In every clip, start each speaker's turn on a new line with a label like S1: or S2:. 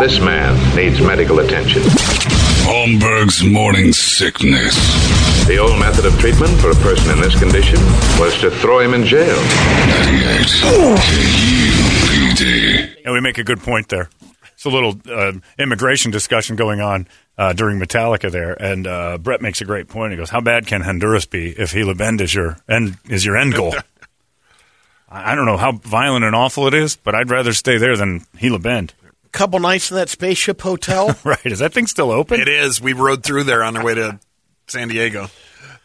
S1: This man needs medical attention.
S2: Holmberg's morning sickness.
S1: The old method of treatment for a person in this condition was to throw him in jail.
S2: 98 KUPD.
S3: And we make a good point there. It's a little uh, immigration discussion going on uh, during Metallica there, and uh, Brett makes a great point. He goes, "How bad can Honduras be if Gila Bend is your end is your end goal?" I I don't know how violent and awful it is, but I'd rather stay there than Gila Bend.
S4: couple nights in that spaceship hotel.
S3: Right? Is that thing still open?
S5: It is. We rode through there on our way to San Diego.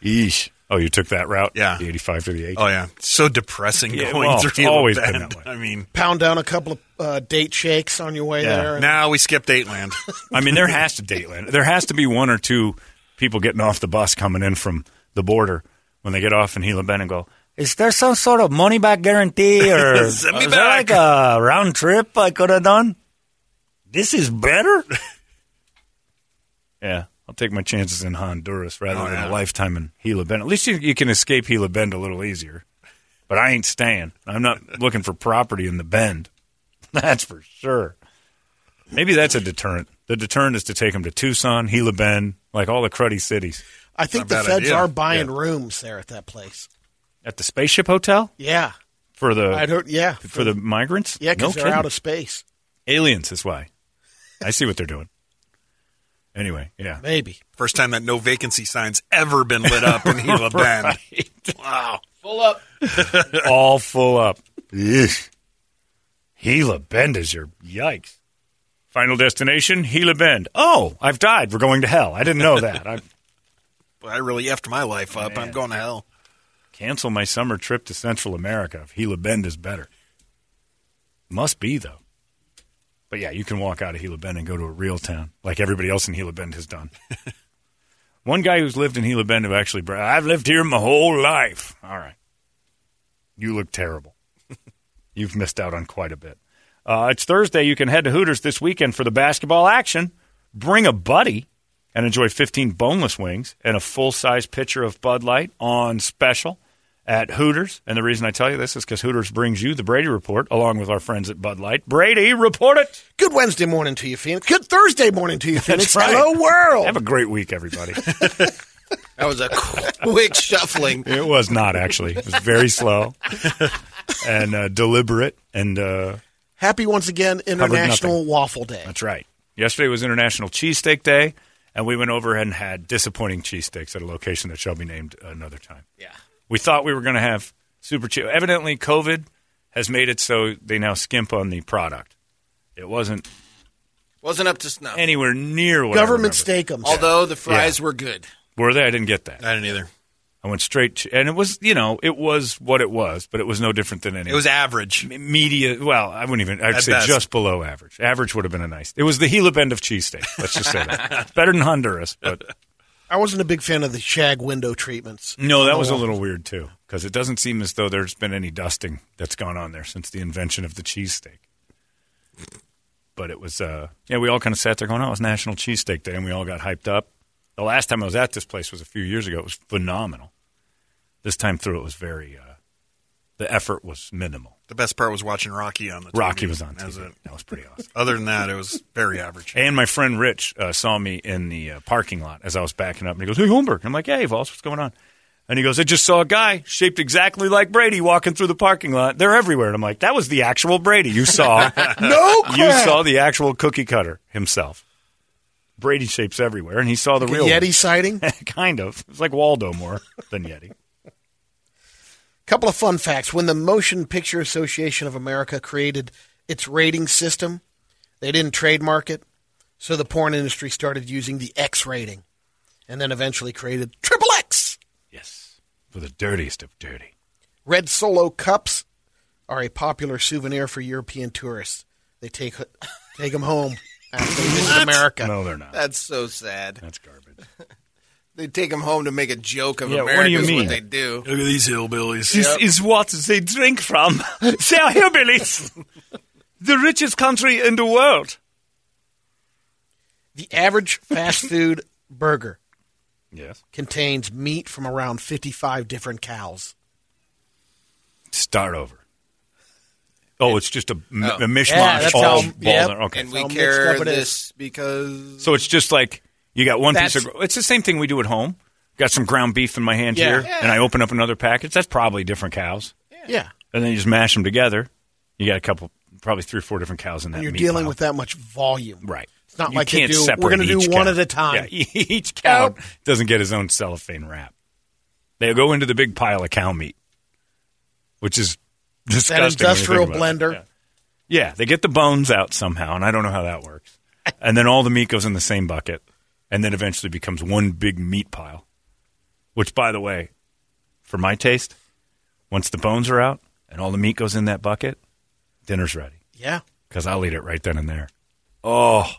S3: Yeesh. Oh, you took that route?
S5: Yeah.
S3: The 85 to the 80.
S5: Oh yeah, so depressing
S3: Yeah,
S5: going
S3: well,
S5: through.
S3: it's always
S5: Bend.
S3: been that way.
S5: I mean,
S4: Pound down a couple of uh, date shakes on your way there. and-
S5: now we skipped Eightland.
S3: I mean, there has to Dateland. There has to be one or two people getting off the bus coming in from the border when they get off in Gila Bend and go. Is there some sort of money back guarantee, or is
S5: Send me
S3: there like a round trip I could have done? This is better. yeah, I'll take my chances in Honduras rather
S5: Oh,
S3: than
S5: yeah.
S3: a lifetime in Gila Bend. At least you, you can escape Gila Bend a little easier. But I ain't staying. I'm not looking for property in the Bend. That's for sure. Maybe that's a deterrent. The deterrent is to take them to Tucson, Gila Bend, like all the cruddy cities.
S4: I think the
S5: Not a bad
S4: feds
S5: idea.
S4: are buying rooms there at that place.
S3: At the spaceship hotel
S4: Yeah,
S3: for the
S4: I'd heard. Yeah,
S3: for the migrants.
S4: yeah, because
S3: no
S4: they're out
S3: kidding.
S4: of space.
S3: aliens. Is why. I see what they're doing. Anyway, yeah.
S4: Maybe
S5: First time that no vacancy sign's ever been lit up in Gila Bend. Wow.
S3: all full up. Gila Bend is your yikes. Final destination, Gila Bend. Oh, I've died. We're going to hell. I didn't know that. I
S5: Well, I really effed my life up. I'm going to hell.
S3: cancel my summer trip to Central America if Gila Bend is better. Must be though. But yeah, you can walk out of Gila Bend and go to a real town, like everybody else in Gila Bend has done. One guy who's lived in Gila Bend who actually, bra- I've lived here my whole life. All right, you look terrible. You've missed out on quite a bit. Uh, it's Thursday. You can head to Hooters this weekend for the basketball action. Bring a buddy and enjoy 15 boneless wings and a full size pitcher of Bud Light on special at Hooters. And the reason I tell you this is because Hooters brings you the Brady Report along with our friends at Bud Light. Brady, report it.
S4: good Wednesday morning to you, Phoenix. Good Thursday morning to you, Phoenix.
S3: right.
S4: Hello, world.
S3: Have a great week, everybody.
S6: That was a quick shuffling.
S3: it was not actually. It was very slow and uh, deliberate. And uh,
S4: Happy once again International
S3: nothing.
S4: Waffle Day.
S3: that's right. Yesterday was International Cheesesteak Day, and we went over and had disappointing cheesesteaks at a location that shall be named another time.
S6: Yeah.
S3: We thought we were going to have super cheap. Evidently, COVID has made it so they now skimp on the product. It wasn't
S6: Wasn't up to snuff.
S3: anywhere near what I
S4: Government
S3: remember.
S4: stakeums.
S6: Although the fries were good.
S3: Were they? I didn't get that.
S5: I didn't either.
S3: I went straight, to, and it was you know it was what it was, but it was no different than any.
S5: It was average.
S3: M- media. Well, I wouldn't even. I'd
S5: At
S3: say
S5: best.
S3: just below average. Average would have been a nice. It was the Gila Bend of cheesesteak. Let's just say that. Better than Honduras, but
S4: I wasn't a big fan of the shag window treatments.
S3: no, that was a little weird too because it doesn't seem as though there's been any dusting that's gone on there since the invention of the cheesesteak. But it was, uh, yeah, we all kind of sat there going, "Oh, it was National Cheesesteak Day," and we all got hyped up. The last time I was at this place was a few years ago. It was phenomenal. This time through, it was very. Uh, the effort was minimal.
S5: The best part was watching Rocky on the TV.
S3: Rocky was on
S5: That was
S3: TV.
S5: it.
S3: That was pretty awesome.
S5: Other than that, it was very average.
S3: And my friend Rich uh, saw me in the uh, parking lot as I was backing up, and he goes, "Hey, Holmberg." I'm like, "Hey, Voss, what's going on?" And he goes, "I just saw a guy shaped exactly like Brady walking through the parking lot. They're everywhere." And I'm like, "That was the actual Brady you saw.
S4: No crap.
S3: you saw the actual cookie cutter himself. Brady shapes everywhere, and he saw the real
S4: Yeti sighting.
S3: one. kind of. It's like Waldo more than Yeti.
S4: couple of fun facts. When the Motion Picture Association of America created its rating system, they didn't trademark it, so the porn industry started using the X rating, and then eventually created Triple X.
S3: Yes, for the dirtiest of dirty.
S4: Red Solo cups are a popular souvenir for European tourists. They take take them home after they visit America.
S3: No, they're not.
S6: That's so sad.
S3: That's garbage.
S6: They take them home to make a joke of
S3: Yeah,
S6: America.
S3: what do you
S6: is
S3: mean?
S6: they do.
S5: Look at these hillbillies.
S3: This is what they drink from. they are hillbillies. the richest country in the world.
S4: The average fast food burger
S3: Yes.
S4: contains meat from around 55 different cows.
S3: Start over. Oh, it's just a, m- a mishmash.
S4: Yeah, that's
S3: all
S4: how-
S3: balled
S4: yep.
S3: in. Okay.
S6: And we
S4: How mixed
S6: care
S4: up it is.
S6: this because
S3: so it's just like you got one piece
S4: That's-
S3: of. gr- It's the same thing we do at home. Got some ground beef in my hand
S4: Yeah.
S3: here, and I open up another package. That's probably different cows,
S4: Yeah.
S3: and then you just mash them together. You got a couple, probably three or four different cows in that.
S4: And you're
S3: meat
S4: dealing
S3: pile.
S4: with that much volume.
S3: Right.
S4: It's not
S3: You
S4: like they
S3: can't
S4: do,
S3: separate
S4: we're going to do
S3: each
S4: one
S3: cow.
S4: at a time.
S3: Yeah, each cow doesn't get his own cellophane wrap. They go into the big pile of cow meat, which is disgusting.
S4: That
S3: when you think
S4: industrial
S3: about it.
S4: blender.
S3: Yeah. Yeah, they get the bones out somehow, and I don't know how that works. And then all the meat goes in the same bucket, and then eventually becomes one big meat pile. Which, by the way, for my taste, once the bones are out and all the meat goes in that bucket, dinner's ready
S4: Yeah.
S3: because I'll eat it right then and there. Oh,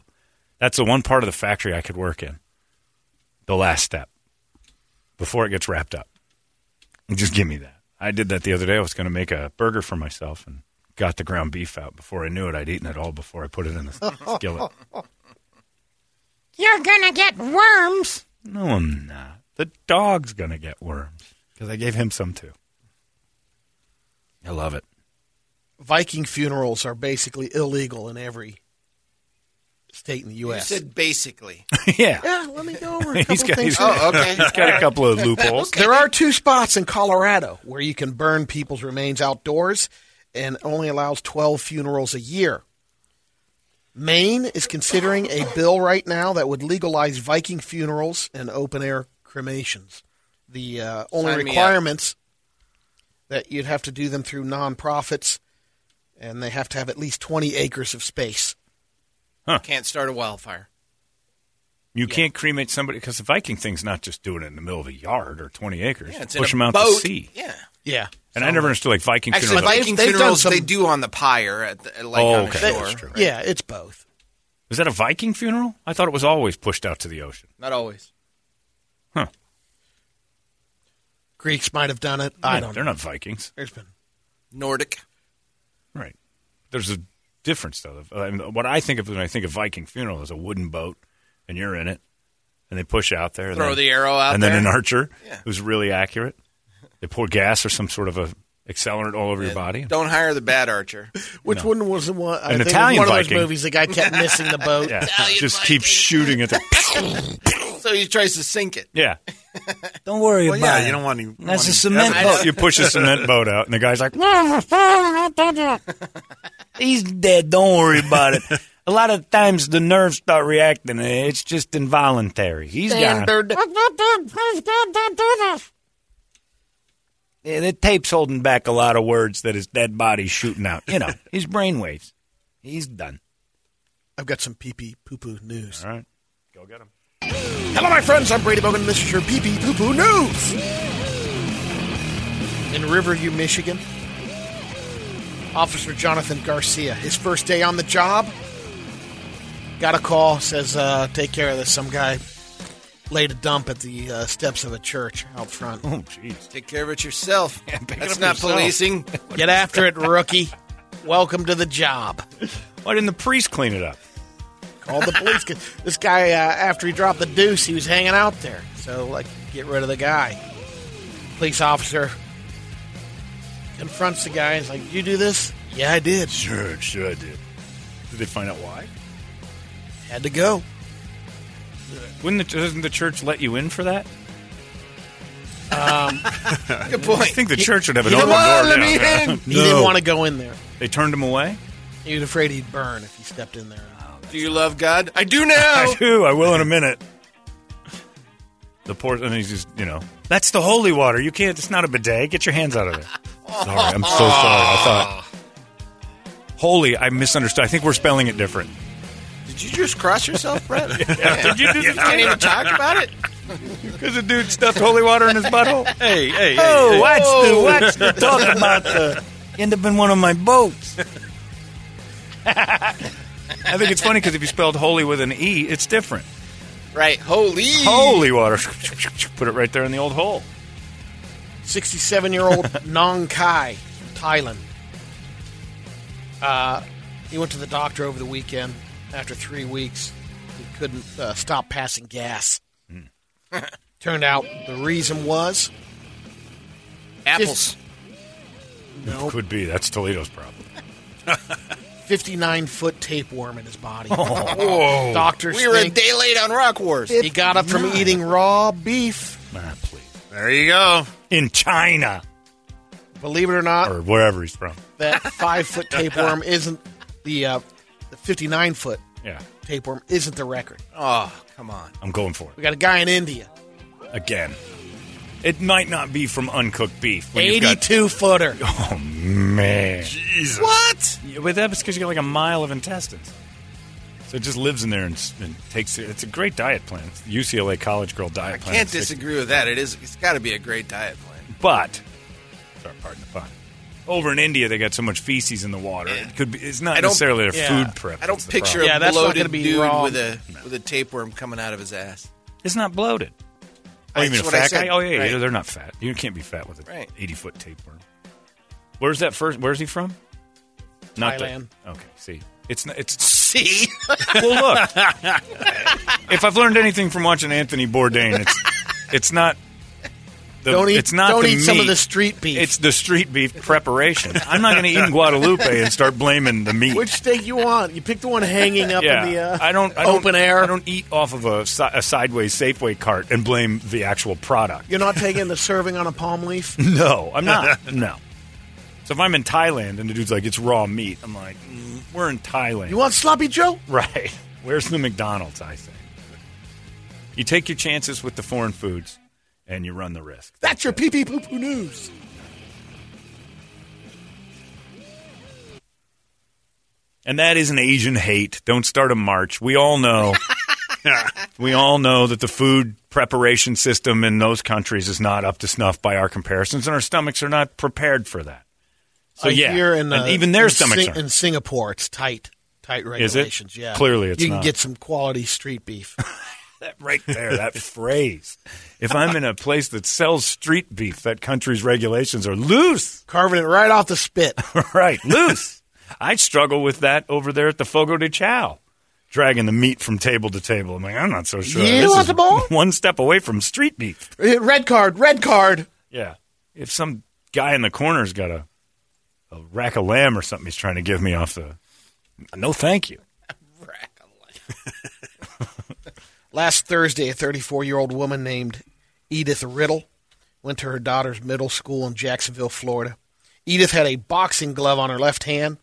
S3: that's the one part of the factory I could work in. The last step before it gets wrapped up. Just give me that. I did that the other day. I was going to make a burger for myself and got the ground beef out. Before I knew it, I'd eaten it all before I put it in the skillet.
S7: You're gonna get worms.
S3: No, I'm not. The dog's going to get worms because I gave him some too. I love it.
S4: Viking funerals are basically illegal in every state in the
S6: you
S4: U.S.
S6: said basically.
S3: yeah.
S4: yeah, let me go over a couple
S3: He's got, he's,
S4: things.
S6: Oh, okay.
S3: he's got a couple of loopholes.
S4: There are two spots in Colorado where you can burn people's remains outdoors and only allows 12 funerals a year. Maine is considering a bill right now that would legalize Viking funerals and open air cremations. The uh, only
S6: Sign me up.
S4: requirements that you'd have to do them through nonprofits and they have to have at least 20 acres of space.
S6: Can't start a wildfire.
S3: You can't cremate somebody because the Viking thing's not just doing it in the middle of a yard or 20 acres.
S6: Yeah, it's in
S3: Push
S6: a
S3: them out
S6: boat.
S3: to sea.
S6: Yeah.
S4: Yeah.
S3: And I never understood like Viking
S6: Actually,
S3: funerals.
S6: Viking
S4: they've done
S6: funerals
S4: some-
S6: they do on the pyre at, the, at like
S3: Oh,
S6: on the
S3: okay.
S6: shore.
S3: That's true.
S4: Yeah, it's both.
S3: Was that a Viking funeral? I thought it was always pushed out to the ocean.
S6: Not always.
S3: Huh.
S4: Greeks might have done it. I don't
S3: They're
S4: know.
S3: not Vikings.
S4: There's been
S6: Nordic.
S3: Right. There's a difference, though. I mean, what I think of when I think of Viking funeral is a wooden boat, and you're in it, and they push out there. and
S6: Throw
S3: then-
S6: the arrow out
S3: And
S6: there.
S3: then an archer
S6: Yeah.
S3: who's really accurate. They pour gas or some sort of a accelerant all over your body.
S6: Don't hire the bad archer.
S4: Which one was the one? I
S3: An
S4: think it was
S3: Italian
S4: one of
S3: Viking.
S4: those movies. The guy kept missing the boat.
S3: Yeah. Just keep shooting at the.
S6: so he tries to sink it.
S3: Yeah.
S8: Don't worry
S5: Well,
S8: about
S5: yeah,
S8: it.
S5: you don't want to.
S8: That's a cement boat.
S3: you push a cement boat out, and the guy's like,
S8: He's dead. Don't worry about it. A lot of times the nerves start reacting. and It's just involuntary. He's gone. Yeah, the tape's holding back a lot of words that his dead body's shooting out. You know, his brainwaves. He's done.
S4: I've got some pee pee poo poo news.
S3: All right. Go get him.
S4: Hello, my friends. I'm Brady Bogan. and This is your pee pee poo poo news. In Riverview, Michigan, Officer Jonathan Garcia, his first day on the job, got a call. Says, uh, "Take care of this." Some guy laid a dump at the uh, steps of a church out front.
S3: Oh, jeez.
S6: Take care of it yourself.
S3: pick it
S6: That's
S3: up
S6: not
S3: yourself.
S6: policing.
S4: Get after it, rookie. Welcome to the job.
S3: Why didn't the priest clean it up?
S4: All the police. Could, this guy, uh, after he dropped the deuce, he was hanging out there. So, like, get rid of the guy. Police officer confronts the guy and is like, Did you do this? Yeah, I did.
S3: Sure, sure I did. Did they find out why?
S4: Had to go.
S3: Wouldn't the, doesn't the church let you in for that?
S6: Good
S3: I
S6: point.
S3: think the church would have an
S6: Come
S3: open door.
S6: on, let
S3: down
S6: me
S3: there.
S6: in.
S4: He didn't want to go in there.
S3: They turned him away.
S4: He was afraid he'd burn if he stepped in there.
S6: Do you love God? I do now.
S3: I do. I will in a minute. The poor, and he's just, you know, that's the holy water. You can't. It's not a bidet. Get your hands out of there. Sorry, I'm so sorry. I thought holy. I misunderstood. I think we're spelling it different.
S6: Did you just cross yourself, Brett?
S3: Did you just
S6: Can't even talk about it.
S3: Because the dude stuffed holy water in his butthole.
S5: Hey, hey, hey.
S8: Oh,
S5: hey.
S8: what's the what's the talk about? The, end up in one of my boats.
S3: I think it's funny because if you spelled holy with an E, it's different.
S6: Right. Holy.
S3: Holy water. Put it right there in the old hole.
S4: 67 year old Nong Kai, Thailand. Uh, he went to the doctor over the weekend. After three weeks, he couldn't uh, stop passing gas.
S6: Hmm.
S4: Turned out the reason was
S6: Apples.
S4: no
S3: Could be. That's Toledo's problem.
S4: 59 foot tapeworm in his body. Doctors
S6: We were a
S4: think
S6: day late on Rock Wars.
S4: he got up from eating raw beef.
S3: Ah, please.
S5: There you go.
S3: In China
S4: Believe it or not,
S3: or wherever he's from.
S4: that five foot tapeworm isn't the uh, the 59 foot
S3: Yeah.
S4: tapeworm isn't the record.
S6: Oh, come on.
S3: I'm going for
S4: We got a guy in India,
S3: it. Again. It might not be from uncooked beef. when you've got-
S4: 82 footer.
S3: Oh, man.
S5: Jesus.
S6: What?
S3: Yeah, but that was because you got like a mile of intestines. So it just lives in there and, s- and takes it. It's a great diet plan. It's the UCLA college girl diet
S6: I
S3: plan.
S6: can't
S3: Six-
S6: disagree with that. It is. It's got to be a great diet plan.
S3: But, sorry, pardon the pun. Over in India, they got so much feces in the water. It could be. It's not
S6: I don't-
S3: necessarily a
S4: yeah.
S3: food prep.
S6: I don't
S3: that's the
S6: picture
S3: problem.
S6: a
S4: Yeah, that's not
S6: bloated
S4: gonna be
S6: dude
S4: wrong.
S6: with a with a tapeworm coming out of his ass.
S3: It's not bloated. Oh, you mean
S6: That's
S3: a
S6: what I
S3: fat guy?
S6: said.
S3: Oh yeah, yeah,
S6: Right.
S3: they're not fat. You can't be fat with an
S6: Right.
S3: eighty foot tapeworm. Where's that first? Where's he from? Not the-
S4: Thailand.
S3: okay, see, it's not, it's
S6: See,
S3: well. Look, if I've learned anything from watching Anthony Bourdain, it's it's not. The,
S4: Don't eat,
S3: it's not
S4: don't
S3: the
S4: eat some of
S3: meat.
S4: the street beef.
S3: It's the street beef preparation. I'm not going to eat in Guadalupe and start blaming the meat.
S4: Which steak you want? You pick the one hanging up
S3: yeah,
S4: in the uh,
S3: I don't I don't-
S4: open air.
S3: I don't eat off of a, si- a sideways Safeway cart and blame the actual product.
S4: You're not taking the serving on a palm leaf.
S3: No, I'm not. no. So if I'm in Thailand and the dude's like, it's raw meat, I'm like, mm, we're in Thailand.
S4: You want sloppy Joe?
S3: right. Where's the McDonald's, I think? You take your chances with the foreign foods and you run the risk.
S4: That's your pee pee poo poo news.
S3: And that is an Asian hate. Don't start a march. We all know. we all know that the food preparation system in those countries is not up to snuff by our comparisons, and our stomachs are not prepared for that. So
S4: I
S3: yeah,
S4: hear in,
S3: and
S4: uh,
S3: even their
S4: in
S3: stomachs
S4: Sing-
S3: aren't.
S4: in Singapore. It's tight, tight
S3: it?
S4: regulations. Yeah,
S3: Clearly it's
S4: you can
S3: not.
S4: get some quality street beef.
S3: That right there, that phrase. If I'm in a place that sells street beef, that country's regulations are loose.
S4: carving it right off the spit.
S3: right, loose. I struggle with that over there at the Fogo de Chao, dragging the meat from table to table. I'm like, I'm not so sure.
S4: You
S3: this
S4: want
S3: is
S4: the ball?
S3: one step away from street beef.
S4: red card, red card.
S3: Yeah. If some guy in the corner's got a, a rack of lamb or something he's trying to give me off the. No, thank you.
S4: Last Thursday, a 34 year old woman named Edith Riddle went to her daughter's middle school in Jacksonville, Florida. Edith had a boxing glove on her left hand.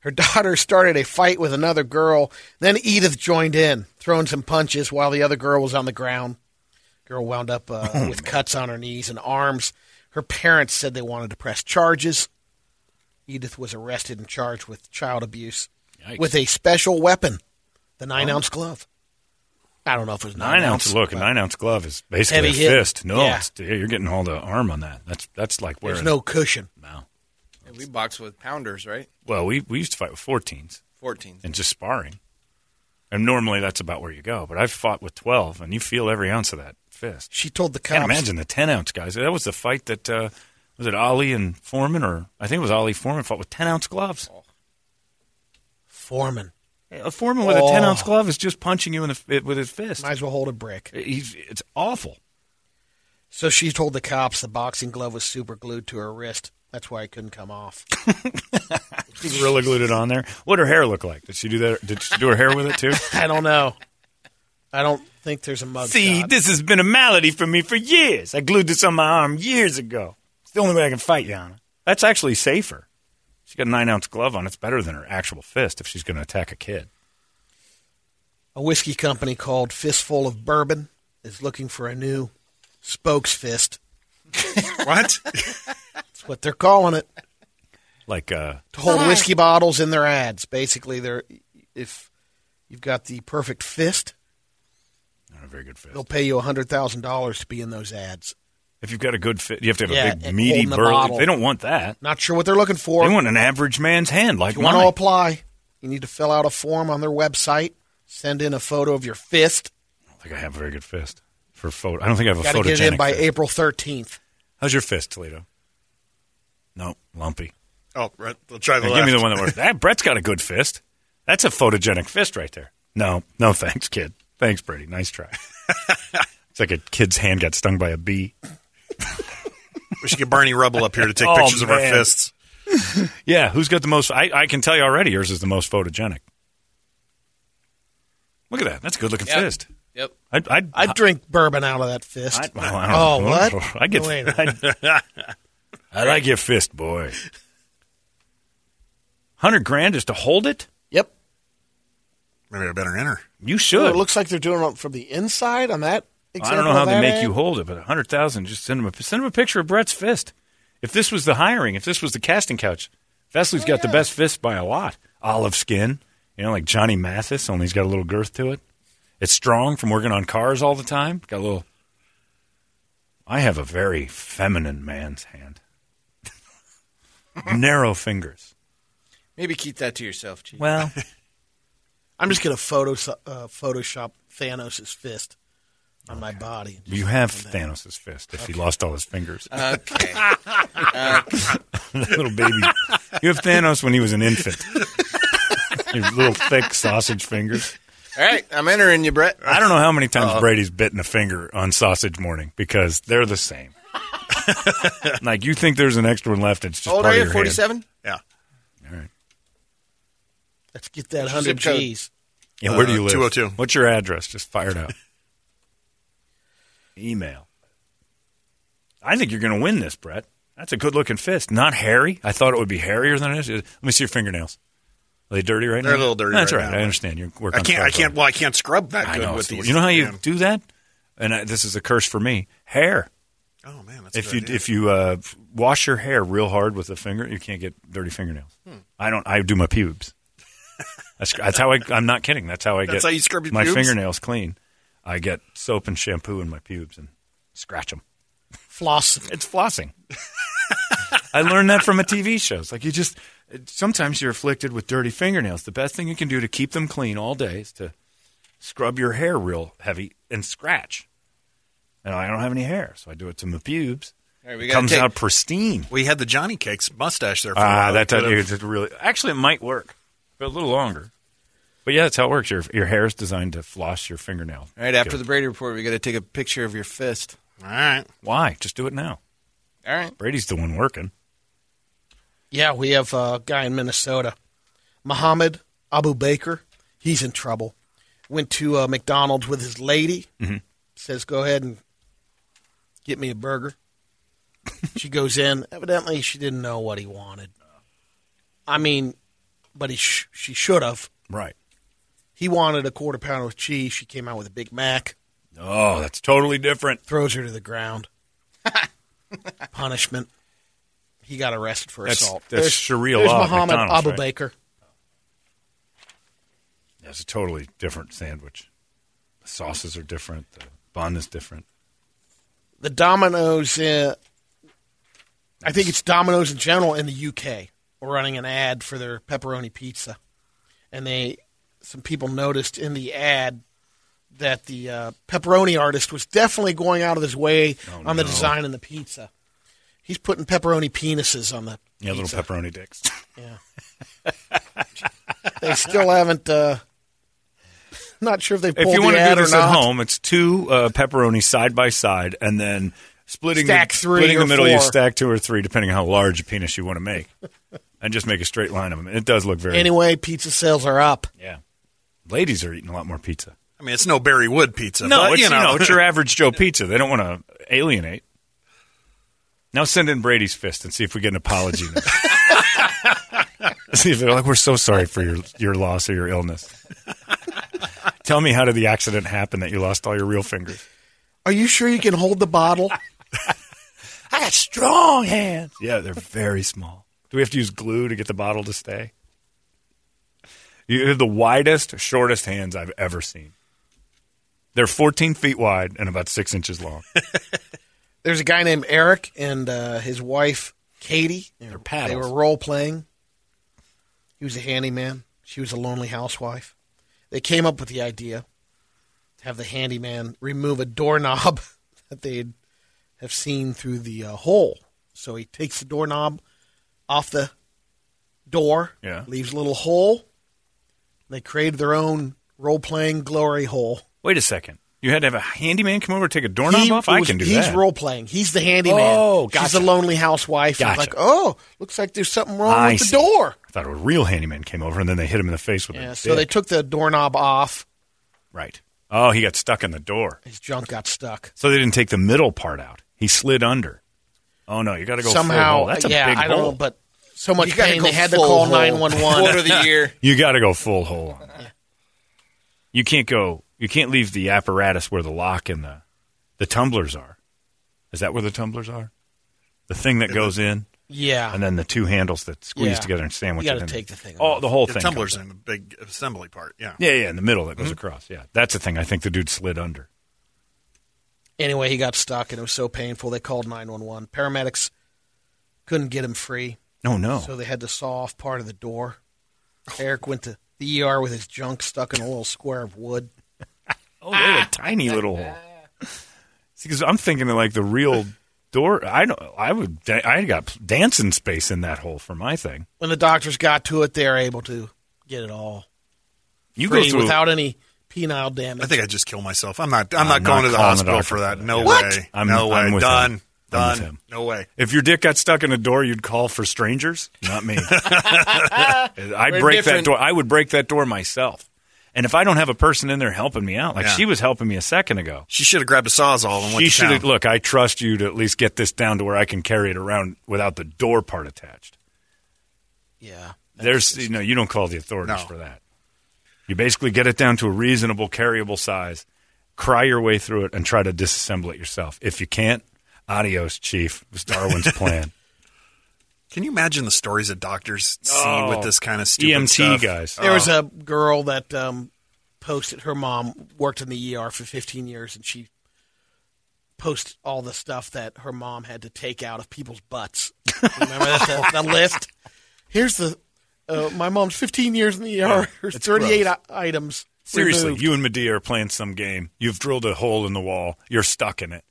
S4: Her daughter started a fight with another girl. Then Edith joined in, throwing some punches while the other girl was on the ground. Girl wound up uh, with cuts on her knees and arms. Her parents said they wanted to press charges. Edith was arrested and charged with child abuse with a special weapon, the nine ounce glove. I don't know if it was nine,
S3: Nine, ounce, look, a nine ounce glove is basically a
S4: Heavy hit.
S3: fist. No,
S4: Yeah.
S3: it's, yeah, you're getting all the arm on that. That's that's like wearing
S4: There's no cushion.
S3: No.
S6: we box with pounders, right?
S3: Well, we, we used to fight with 14s
S6: Fourteen.
S3: and just sparring. And normally that's about where you go. But I've fought with 12, and you feel every ounce of that fist.
S4: She told the cops.
S3: Can't imagine the 10 ounce guys. That was the fight that, uh, was it Ali and Foreman? Or I think it was Ali Foreman fought with 10 ounce gloves.
S4: Foreman.
S3: A Foreman with a
S4: Oh.
S3: 10 ounce glove is just punching you in the, f- with his fist.
S4: Might as well hold a brick.
S3: He's, it's awful.
S4: So she told the cops the boxing glove was super glued to her wrist. That's why it couldn't come off.
S3: She gorilla glued it on there. What her hair look like? Did she do that? Did she do her hair with it too?
S4: I don't know. I don't think there's a mug.
S3: See,
S4: shot.
S3: this has been a malady for me for years. I glued this on my arm years ago. It's the only way I can fight you on it. That's actually safer. She's got a nine ounce glove on. It's better than her actual fist if she's going to attack a kid.
S4: a whiskey company called Fistful of Bourbon is looking for a new spokesfist.
S5: What?
S4: That's what they're calling it.
S3: Like, uh,
S4: To hold whiskey bottles in their ads. Basically, they're if you've got the perfect fist,
S3: not a very good fist.
S4: they'll pay you hundred thousand dollars to be in those ads.
S3: If you've got a good fist, you have to have
S4: Yeah,
S3: a big,
S4: and
S3: meaty
S4: holding the
S3: burly.
S4: bottle.
S3: They don't want that.
S4: Not sure what they're looking for.
S3: They want an average man's hand like
S4: you want to
S3: mine.
S4: apply? You need to fill out a form on their website, send in a photo of your fist.
S3: I don't think I have a very good fist for photo. I don't think I have a
S4: Got to
S3: photogenic.
S4: get it in by
S3: fist.
S4: April 13th.
S3: How's your fist, Toledo? No, lumpy.
S5: Oh, right. I'll try the
S3: Now, give me the one that works. that Brett's got a good fist. That's a photogenic fist right there. No, no, thanks, kid. Thanks, Brady. Nice try. it's like a kid's hand got stung by a bee.
S5: We should get Barney Rubble up here to take
S3: Oh,
S5: pictures of our
S3: man.
S5: fists.
S3: Yeah, who's got the most? I, I can tell you already. Yours is the most photogenic. Look at that. That's a good looking
S6: Yep.
S3: fist.
S6: Yep.
S3: I'd, I'd,
S4: I'd drink bourbon out of that fist.
S3: I- well, I
S4: oh,
S3: don't know.
S4: what?
S3: I get.
S4: Wait a
S3: I, I like your fist, boy. Hundred grand just to hold it.
S4: yep.
S5: Maybe I better enter.
S3: You
S4: Ooh,
S3: should.
S4: it looks like they're doing it from the inside on that.
S3: I
S4: Example
S3: don't know how
S4: of
S3: they
S4: that eh?
S3: make
S4: ad.
S3: you hold it, but a hundred thousand. Just send him a send him a picture of Brett's fist. If this was the hiring, if this was the casting couch, Vesley's got the best fist by a lot. Olive skin, you know, like Johnny Mathis, only he's got a little girth to it. It's strong from working on cars all the time. Got a little. I have a very feminine man's hand. Narrow fingers.
S6: Maybe keep that to yourself, Chief.
S3: Well,
S4: I'm just gonna photo uh, Photoshop Thanos' fist on my body.
S3: you have Thanos' fist if he lost all his fingers.
S6: Okay.
S3: little baby. You have Thanos when he was an infant. Your little thick sausage fingers.
S6: All right. I'm entering you, Brett.
S3: I don't know how many times Brady's bitten a finger on sausage morning because they're the same. like you think there's an extra one left. It's just
S6: How old
S3: part
S6: are
S3: of
S6: you?
S3: your hand.
S6: 47?
S5: Yeah.
S4: Let's get that hundred
S6: Zip code.
S4: G's.
S3: Yeah, where do
S5: Uh,
S3: you live?
S5: 202.
S3: What's your address? Just fire it out. Email. I think you're going to win this, Brett. That's a good looking fist. Not hairy. I thought it would be hairier than it is. Let me see your fingernails. Are they dirty right now?
S5: They're a little dirty
S3: That's
S5: right
S3: all right.
S5: now.
S3: I understand. You work
S5: I
S3: on
S5: can't. I
S3: Scarface.
S5: can't. Well, I can't scrub that
S3: I
S5: good
S3: know.
S5: with these.
S3: you know how you
S5: man.
S3: do that? And I, this is a curse for me. Hair.
S5: Oh man, that's a
S3: If
S5: good
S3: you
S5: idea.
S3: if you uh, wash your hair real hard with a finger, you can't get dirty fingernails.
S5: Hmm.
S3: I don't. I do my pubes. that's, that's how I. I'm not kidding. That's how I
S5: That's
S3: get.
S5: how you scrub your
S3: my
S5: pubes?
S3: fingernails clean. I get soap and shampoo in my pubes and scratch them.
S4: Floss.
S3: It's flossing. I learned that from a TV show. It's like you just sometimes you're afflicted with dirty fingernails. The best thing you can do to keep them clean all day is to scrub your hair real heavy and scratch. And I don't have any hair, so I do it to my pubes.
S6: right, we
S3: it
S6: gotta
S3: comes
S6: take-
S3: out pristine.
S5: we had the Johnny Cakes mustache there. For
S3: Ah,
S5: a while.
S3: that
S5: We
S3: that
S5: could've-
S3: it's really actually it might work, but a little longer. But yeah, that's how it works. Your your hair is designed to floss your fingernail.
S6: All right. After the Brady report, we got to take a picture of your fist.
S5: All right.
S3: Why? Just do it now.
S6: All right.
S3: Brady's the one working.
S4: Yeah, we have a guy in Minnesota, Muhammad Abu Baker. He's in trouble. Went to uh, McDonald's with his lady.
S3: Mm-hmm.
S4: Says, "Go ahead and get me a burger." she goes in. Evidently, she didn't know what he wanted. I mean, but he sh- she should have.
S3: Right.
S4: He wanted a quarter pound with cheese. She came out with a Big Mac.
S3: Oh, that's totally different.
S4: Throws her to the ground. Punishment. He got arrested for
S3: That's-
S4: assault.
S3: that's
S4: there's,
S3: Sharia
S4: there's
S3: law at
S4: Muhammad
S3: McDonald's,
S4: Abu
S3: right?
S4: Baker.
S3: It's a totally different sandwich. The sauces are different. The bun is different.
S4: the Domino's. Uh, I think it's Domino's in general in the UK were running an ad for their pepperoni pizza, and they some people noticed in the ad that the uh, pepperoni artist was definitely going out of his way
S3: Oh,
S4: on the design and the pizza. He's putting pepperoni penises on the
S3: Yeah,
S4: pizza.
S3: little pepperoni dicks.
S4: Yeah. they still haven't. Uh, not sure if they pulled
S3: if you
S4: the
S3: want to do
S4: ad
S3: this
S4: or
S3: at
S4: not.
S3: home, it's two uh, pepperoni side by side, and then splitting
S4: Stack
S3: the,
S4: three
S3: splitting the
S4: or
S3: middle. You
S4: four.
S3: stack two or three, depending on how large a penis you want to make, and just make a straight line of them. It does look very.
S4: Anyway, pizza sales are up.
S3: yeah, ladies are eating a lot more pizza.
S5: I mean, it's no Barry Wood pizza.
S3: No,
S5: but,
S3: it's,
S5: you know,
S3: it's your average Joe pizza. They don't want to alienate. Now send in Brady's fist and see if we get an apology. now. see if they're like, "We're so sorry for your your loss or your illness." Tell me, how did the accident happen that you lost all your real fingers?
S4: Are you sure you can hold the bottle?
S3: I got strong hands. Yeah, they're very small. Do we have to use glue to get the bottle to stay? You have the widest, shortest hands I've ever seen. They're 14 feet wide and about six inches long.
S4: there's a guy named Eric and uh, his wife Katie. They were-
S3: paddles.
S4: They were role playing. He was a handyman. She was a lonely housewife. They came up with the idea to have the handyman remove a doorknob that they would have seen through the uh, hole. So he takes the doorknob off the door,
S3: Yeah.
S4: leaves a little hole. They created their own role playing glory hole.
S3: Wait a second. You had to have a handyman come over and take a doorknob off? I
S4: was-
S3: can do
S4: he's
S3: that.
S4: role playing. He's the handyman.
S3: Oh,
S4: She's
S3: gotcha.
S4: a lonely housewife. It's
S3: Gotcha.
S4: Like, oh, looks like there's something wrong
S3: I
S4: with the
S3: see.
S4: door.
S3: I thought a real handyman came over and then they hit him in the face with
S4: Yeah,
S3: a
S4: so they
S3: stick.
S4: took the doorknob off.
S3: right. Oh, he got stuck in the door.
S4: His junk got stuck.
S3: So they didn't take the middle part out. He slid under. Oh no, you got to go full
S4: Somehow,
S3: hole. That's a
S4: yeah,
S3: big
S4: I don't
S3: hole.
S4: know, but so much
S6: You gotta
S4: pain
S6: go
S4: they had to
S6: full
S4: call
S6: hole.
S4: nine one
S6: Quarter
S4: one.
S6: of the year.
S3: You got to go full hole on that. You can't go. You can't leave the apparatus where the lock and the the tumblers are. Is that where the tumblers are? The thing that goes in,
S4: Yeah,
S3: and then the two handles that squeeze
S4: Yeah.
S3: together and sandwich
S4: You gotta
S3: it in.
S4: take the thing
S3: Oh,
S4: off.
S3: the whole
S5: The
S3: thing.
S5: tumblers
S3: comes
S5: in the big assembly part. Yeah.
S3: out. Yeah, yeah, in the middle that goes across. Yeah, that's the thing. I think the dude slid under.
S4: Anyway, he got stuck, and it was so painful they called nine one one. Paramedics couldn't get him free,
S3: Oh no.
S4: so they had to saw off part of the door. Eric went to the ER with his junk stuck in a little square of wood.
S3: Oh, they were tiny little hole. Because I'm thinking of like the real door. I don't. I would. I got dancing space in that hole for my thing.
S4: When the doctors got to it, they were able to get it all
S3: You
S4: free
S3: go through
S4: without any penile damage.
S5: I think I just kill myself. I'm not. I'm, not
S3: I'm
S5: going
S3: not
S5: to the
S3: calling the
S5: hospital
S3: doctor
S5: for
S3: for
S5: that.
S3: that.
S5: No
S3: Yeah.
S5: way.
S3: What? I'm-
S5: no way.
S3: I'm with him.
S5: Done.
S3: I'm with
S5: Done.
S3: him.
S5: No way.
S3: If your dick got stuck in a door, you'd call for strangers, not me. I'd
S6: We're
S3: break
S6: different.
S3: that door. I would break that door myself. And if I don't have a person in there helping me out, like
S5: Yeah.
S3: she was helping me a second ago,
S5: She should have grabbed a sawzall and
S3: she
S5: went to
S3: should
S5: town.
S3: have. Look, I trust you to at least get this down to where I can carry it around without the door part attached.
S4: yeah.
S3: There's, you know, you don't call the authorities
S5: No.
S3: for that. You basically get it down to a reasonable, carryable size, cry your way through it, and try to disassemble it yourself. If you can't, adios, chief. It was Darwin's plan.
S5: Can you imagine the stories that doctors see
S3: Oh.
S5: with this kind of stupid
S3: EMT
S5: stuff?
S3: guys.
S4: There was a girl that um, posted her mom worked in the ER for 15 years, and she posted all the stuff that her mom had to take out of people's butts. Remember that the, the list? Here's the uh, my mom's 15 years in the ER. Here's 38 i- items.
S3: Seriously,
S4: removed.
S3: you and Medea are playing some game. You've drilled a hole in the wall. You're stuck in it.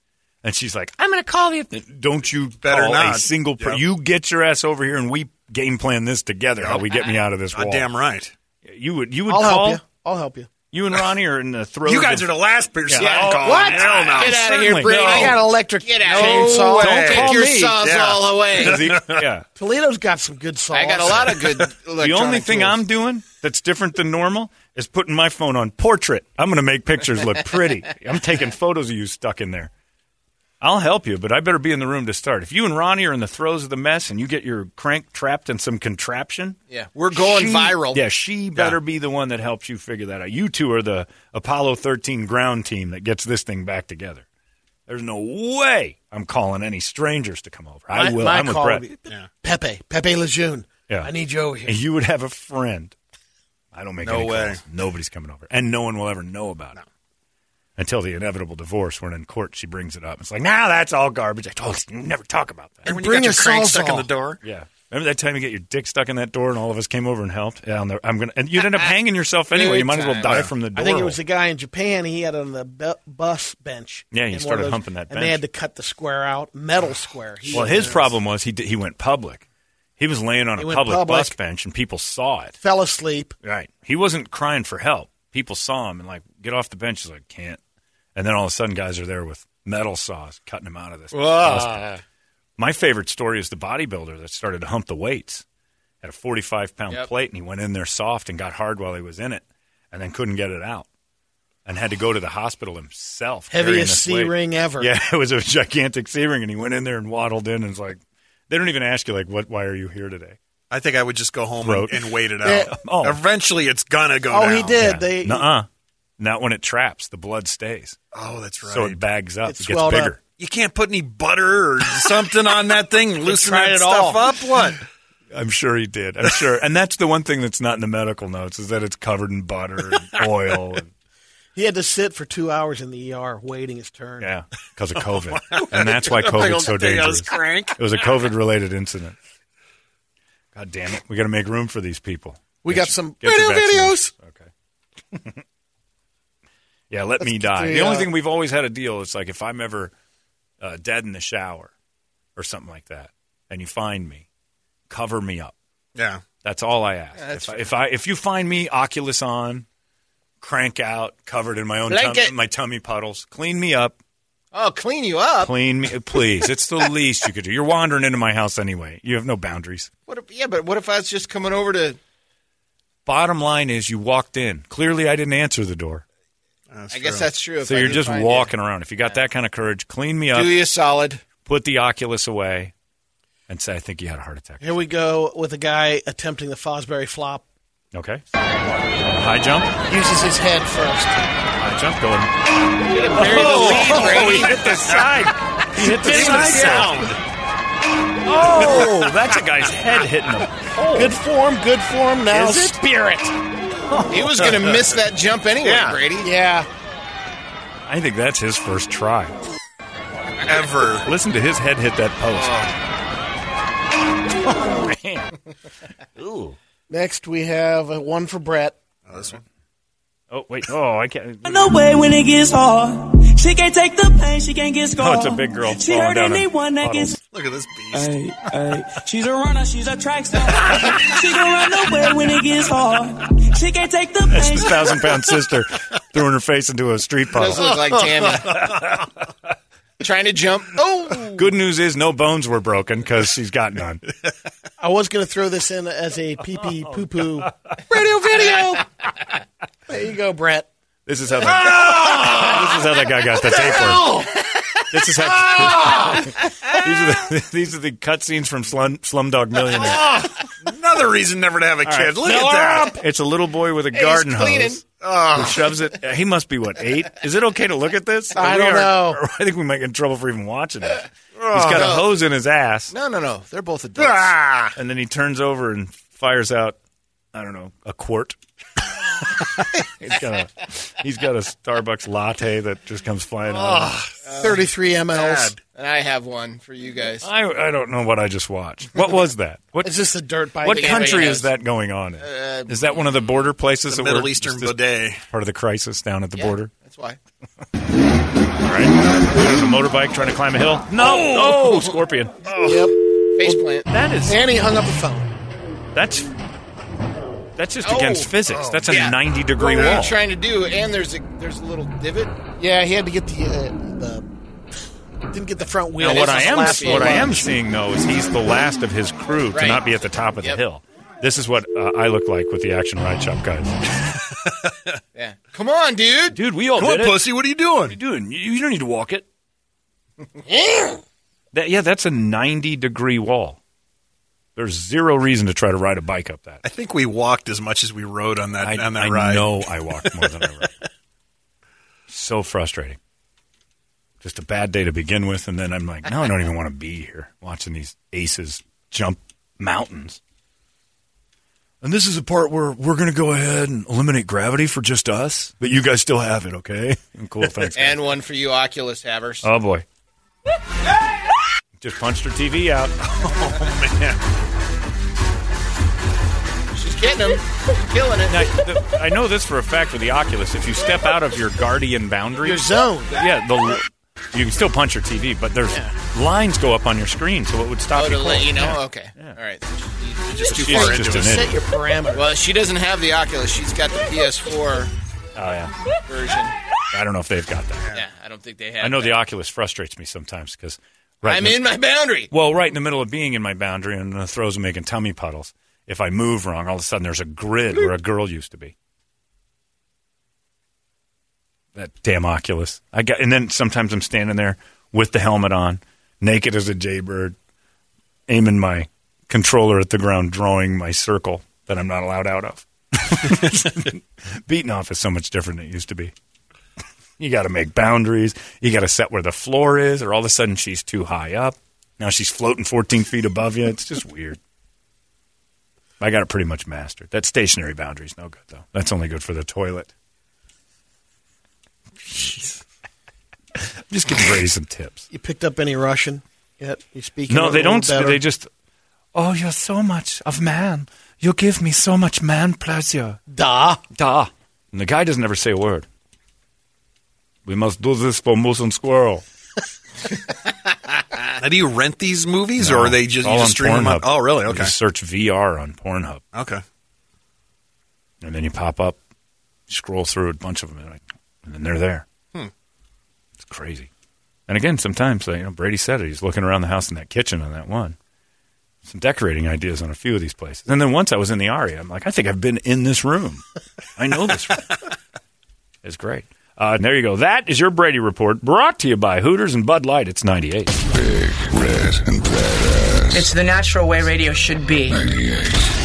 S3: And she's like, I'm going to call the. Don't you
S5: Better
S3: call a
S5: not.
S3: single. Per-
S5: Yep.
S3: You get your ass over here and we game plan this together. How we get me out of this
S5: God
S3: wall.
S5: damn right.
S3: You would, you would
S4: I'll
S3: call.
S4: help you. I'll help you.
S3: You and Ronnie are in the throes.
S5: You guys
S3: of-
S5: are the last person
S3: Yeah.
S5: I'm
S3: Oh,
S5: calling.
S3: what?
S5: Hell no.
S3: Get
S6: out of here,
S3: Certainly.
S6: Brady.
S3: No.
S4: I got an electric
S6: Get out of here.
S4: chainsaw.
S5: way.
S4: Don't
S6: Take
S4: call
S6: your
S4: me.
S6: saws
S5: Yeah.
S6: all away.
S3: yeah.
S4: Toledo's got some good saws.
S6: I got a lot of good.
S3: The only thing I'm
S6: I'm
S3: doing that's different than normal is putting my phone on portrait. I'm going to make pictures look pretty. I'm taking photos of you stuck in there. I'll help you, but I better be in the room to start. If you and Ronnie are in the throes of the mess and you get your crank trapped in some contraption,
S6: Yeah, we're going
S3: she-
S6: viral.
S3: Yeah, she better be the one that helps you figure that out. You two are the Apollo 13 ground team that gets this thing back together. There's no way I'm calling any strangers to come over. I
S4: My-
S3: will.
S4: my
S3: I'm with
S4: call
S3: Brett.
S4: would be- Pepe, Pepe Lejeune.
S3: Yeah.
S4: I need you over here.
S3: and you would have a friend. I don't make
S5: No
S3: any
S5: way.
S3: calls. Nobody's coming over, and no one will ever know about it until the inevitable divorce. When in court, she brings it up. It's like, now that's all garbage. I told you, you never talk about that.
S5: And when
S4: Bring
S5: you
S4: a
S5: got your crank stuck in
S4: sawzall.
S5: the door.
S3: Yeah, remember that time you get your dick stuck in that door, and all of us came over and helped. Yeah, I'm, there, I'm gonna, and you'd end up hanging yourself anyway. You might as well die from the door.
S4: I think it
S3: hole.
S4: was the guy in Japan. He had it on the be- bus bench.
S3: Yeah, he
S4: in one of
S3: started
S4: those-
S3: humping that
S4: And they
S3: bench.
S4: had to cut the square out, metal square. He-
S3: well, his problem was he did, he went public. He was laying on
S4: He
S3: a
S4: went
S3: public,
S4: public.
S3: bus bench, and people saw it.
S4: fell asleep.
S3: Right. He wasn't crying for help. People saw him and like get off the bench. He's like, can't. And then all of a sudden, guys are there with metal saws cutting him out of this. My favorite story is the bodybuilder that started to hump the weights at a 45 pound
S6: Yep.
S3: plate, and he went in there soft and got hard while he was in it, and then couldn't get it out, and had to go to the hospital himself. carrying
S4: Heaviest
S3: this
S4: C
S3: weight.
S4: ring ever.
S3: Yeah, it was a gigantic C ring, and he went in there and waddled in, and it's like, they don't even ask you like, what? Why are you here today?
S5: I think I would just go home
S3: Throat.
S5: and, and wait it
S4: Yeah.
S5: out.
S3: Oh.
S5: Eventually, it's gonna go.
S4: Oh, he
S5: down.
S4: did.
S3: Yeah.
S4: They
S3: Nuh-uh. Not when it traps, the blood stays.
S5: Oh, that's right.
S3: So it bags up.
S4: It
S3: It, gets
S4: swelled up.
S3: bigger.
S5: you can't put any butter or something on that thing, and loosen
S4: tried
S5: that
S4: it
S5: stuff
S4: all.
S5: up. What?
S3: I'm sure he did. I'm sure. and that's the one thing that's not in the medical notes is that it's covered in butter and oil. And,
S4: he had to sit for two hours in the ER waiting his turn.
S3: yeah, because of COVID. and that's why
S5: Big old
S3: COVID's so
S5: thing I was
S3: dangerous.
S5: crank.
S3: It was a COVID related incident. God damn it. We got to make room for these people.
S4: We
S3: Get
S4: got
S3: your-
S4: some
S3: get your
S4: radio videos.
S3: vaccines. Okay. yeah, let me die.
S4: the,
S3: The, only
S4: uh,
S3: thing we've always had a deal is like if I'm ever uh, dead in the shower or something like that, and you find me, cover me up.
S5: Yeah.
S3: That's all I ask. if, I, if I if you find me Oculus on, crank out, covered in my own tum-
S6: Blanket.
S3: my tummy puddles, clean me up,
S6: Oh, clean you up.
S3: clean me, please. It's the least you could do. You're wandering into my house anyway. You have no boundaries.
S6: What if, yeah, but what if I was just coming over to?
S3: Bottom line is, you walked in. Clearly, I didn't answer the door.
S6: I guess that's true. if
S3: So
S6: I
S3: you're
S6: do
S3: just
S6: find
S3: walking around. If you got that kind of courage, clean me
S6: You.
S3: up,
S6: Do you a solid?
S3: put the Oculus away, and say, I think you had a heart attack.
S4: Here we go with a guy attempting the Fosbury flop.
S3: Okay. High jump.
S4: Uses his head first.
S3: High jump. Going.
S6: Bury the lead, Brady.
S3: oh, he hit the side. He hit the side. Oh, that's a guy's head hitting him.
S6: Oh.
S4: Good form, good form. Now
S3: spirit.
S6: He was going to miss that jump anyway, Brady.
S4: Yeah.
S3: I think that's his first try.
S5: Ever.
S3: Listen to his head hit that post. Oh, man. Ooh.
S4: Next, we have uh, one for Brett.
S5: Oh, this one.
S3: Oh, wait. Oh, I can't.
S9: No way when it gets hard. She can't take the pain, she can't get
S3: Oh,
S9: scarred.
S3: it's a big girl
S9: She
S3: falling
S9: hurt
S3: down a
S9: anyone that
S3: puddle.
S9: gets.
S5: Look at this beast.
S9: Ay, ay. She's a runner, she's a track star. she can run away when it gets hard. She can't take the
S3: That's
S9: pain.
S3: the
S9: she-
S3: thousand pound sister throwing her face into a street
S6: Does
S3: puddle.
S6: look like Tammy trying to jump. Oh,
S3: Good news is no bones were broken because she's got none.
S4: I was going to throw this in as a pee pee
S3: Oh,
S4: poo poo radio video. there you go, Brett.
S3: This is how the, this is how that guy got the tapeworm. This is how these are the, these are the cutscenes from Slum, Slumdog Millionaire.
S5: Another reason never to have a kid.
S3: Fill
S5: Look at
S3: her
S5: that. Oh,
S3: up. It's a little boy with a garden
S6: cleaning.
S3: hose who shoves it. He must be what eight? Is it okay to look at this?
S4: I don't know.
S3: I think we might get in trouble for even watching it. He's got a hose in his ass,
S6: no, no, no. They're both adults.
S3: Ah, and then he turns over and fires out. I don't know a quart. he's got a he's got a Starbucks latte that just comes flying out. of him.
S4: 33 mLs.
S6: And I have one for you guys.
S3: I I don't know what I just watched. What was that? What
S4: Is this a dirt bike?
S3: what
S6: think everybody
S3: country is
S6: knows.
S3: that going on in?
S6: Uh,
S3: is that one of the border places?
S5: The
S3: that
S5: Middle
S3: we're-
S5: Eastern
S3: just this
S5: bidet.
S3: part of the crisis down at the
S6: Yeah,
S3: border?
S6: That's why.
S3: right? There's a motorbike trying to climb a hill. No, oh, scorpion.
S6: Oh.
S4: Yep.
S6: Face plant.
S3: That is
S4: And he hung up the phone.
S3: that's that's just
S6: Oh.
S3: against physics. That's a
S6: Yeah.
S3: 90 degree
S6: What were
S3: wall.
S6: you trying to do? And there's a there's a little divot.
S4: Yeah, he had to get the. Uh, the didn't get the front wheel.
S3: Now, what I am
S4: Last
S6: flapping.
S3: what I am
S4: one.
S3: seeing though is he's the last of his crew to
S6: Right.
S3: not be at the top of
S6: Yep.
S3: the hill. This is what uh, I look like with the action ride shop guys.
S6: Yeah. Come on, dude.
S3: Dude, we all
S5: Come on,
S3: did it.
S5: pussy. What are you doing?
S3: Dude, you, you don't need to walk it. that, yeah, that's a 90 degree wall. There's zero reason to try to ride a bike up that.
S5: I think we walked as much as we rode on that
S3: I,
S5: on that
S3: I
S5: ride.
S3: know I walked more than I rode. so frustrating. Just a bad day to begin with, and then I'm like, no, I don't even want to be here watching these aces jump mountains. And this is the part where we're going to go ahead and eliminate gravity for just us, but you guys still have it, okay? Cool, thanks. guys.
S6: And one for you, Oculus havers.
S3: oh boy, just punched her TV out.
S6: She's getting him. She's killing it.
S3: Now, the, I know this for a fact with the Oculus. If you step out of your guardian boundary,
S4: Your zone.
S3: Yeah, the you can still punch your TV, but there's lines go up on your screen, so it would stop
S6: Oh,
S3: you.
S6: to let
S3: cold.
S6: you know.
S3: Yeah.
S6: Okay. All right. So she- you just-
S3: She's
S5: too far
S3: just
S5: into
S3: an
S5: it.
S3: idiot.
S4: Set your parameter.
S6: well, she doesn't have the Oculus. She's got the PS4
S3: Oh yeah,
S6: version.
S3: I don't know if they've got that.
S6: Yeah, I don't think they have.
S3: I know the
S6: that.
S3: Oculus frustrates me sometimes because right
S6: I'm
S3: the-
S6: in my boundary.
S3: well, right in the middle of being in my boundary and the throws of making tummy puddles. If I move wrong, all of a sudden there's a grid where a girl used to be. That damn Oculus. I got, and then sometimes I'm standing there with the helmet on, naked as a jaybird, aiming my controller at the ground, drawing my circle that I'm not allowed out of. Beating off is so much different than it used to be. You got to make boundaries. You got to set where the floor is, or all of a sudden she's too high up. Now she's floating 14 feet above you. It's just weird. I got it pretty much mastered. That stationary boundary's no good, though. That's only good for the toilet. Jeez. just giving Brady some tips.
S4: You picked up any Russian yet? You speak?
S3: No,
S4: a
S3: they
S4: little
S3: don't.
S4: Better.
S3: They just, oh, you're so much of man.
S8: You give me so much man pleasure.
S4: Da.
S3: Da. And the guy doesn't ever say a word. We must do this for Moose and Squirrel.
S5: Now, do you rent these movies, or are they just you
S3: all
S5: just
S3: on
S5: stream them?
S3: Pornhub.
S5: On? Oh, really?
S3: You
S5: Okay.
S3: just search VR on Pornhub,
S5: Okay.
S3: and then you pop up, scroll through a bunch of them, and, like, and then they're there.
S5: Hmm.
S3: It's crazy. And again, sometimes like, you know Brady said it. He's looking around the house in that kitchen on that one. Some decorating ideas on a few of these places. And then once I was in the Aria, I'm like, I think I've been in this room. I know this room. It's great. Uh, and there you go. That is your Brady report, brought to you by Hooters and Bud Light. It's 98.
S2: Big, red, and badass.
S10: It's the natural way radio should be.
S2: 98.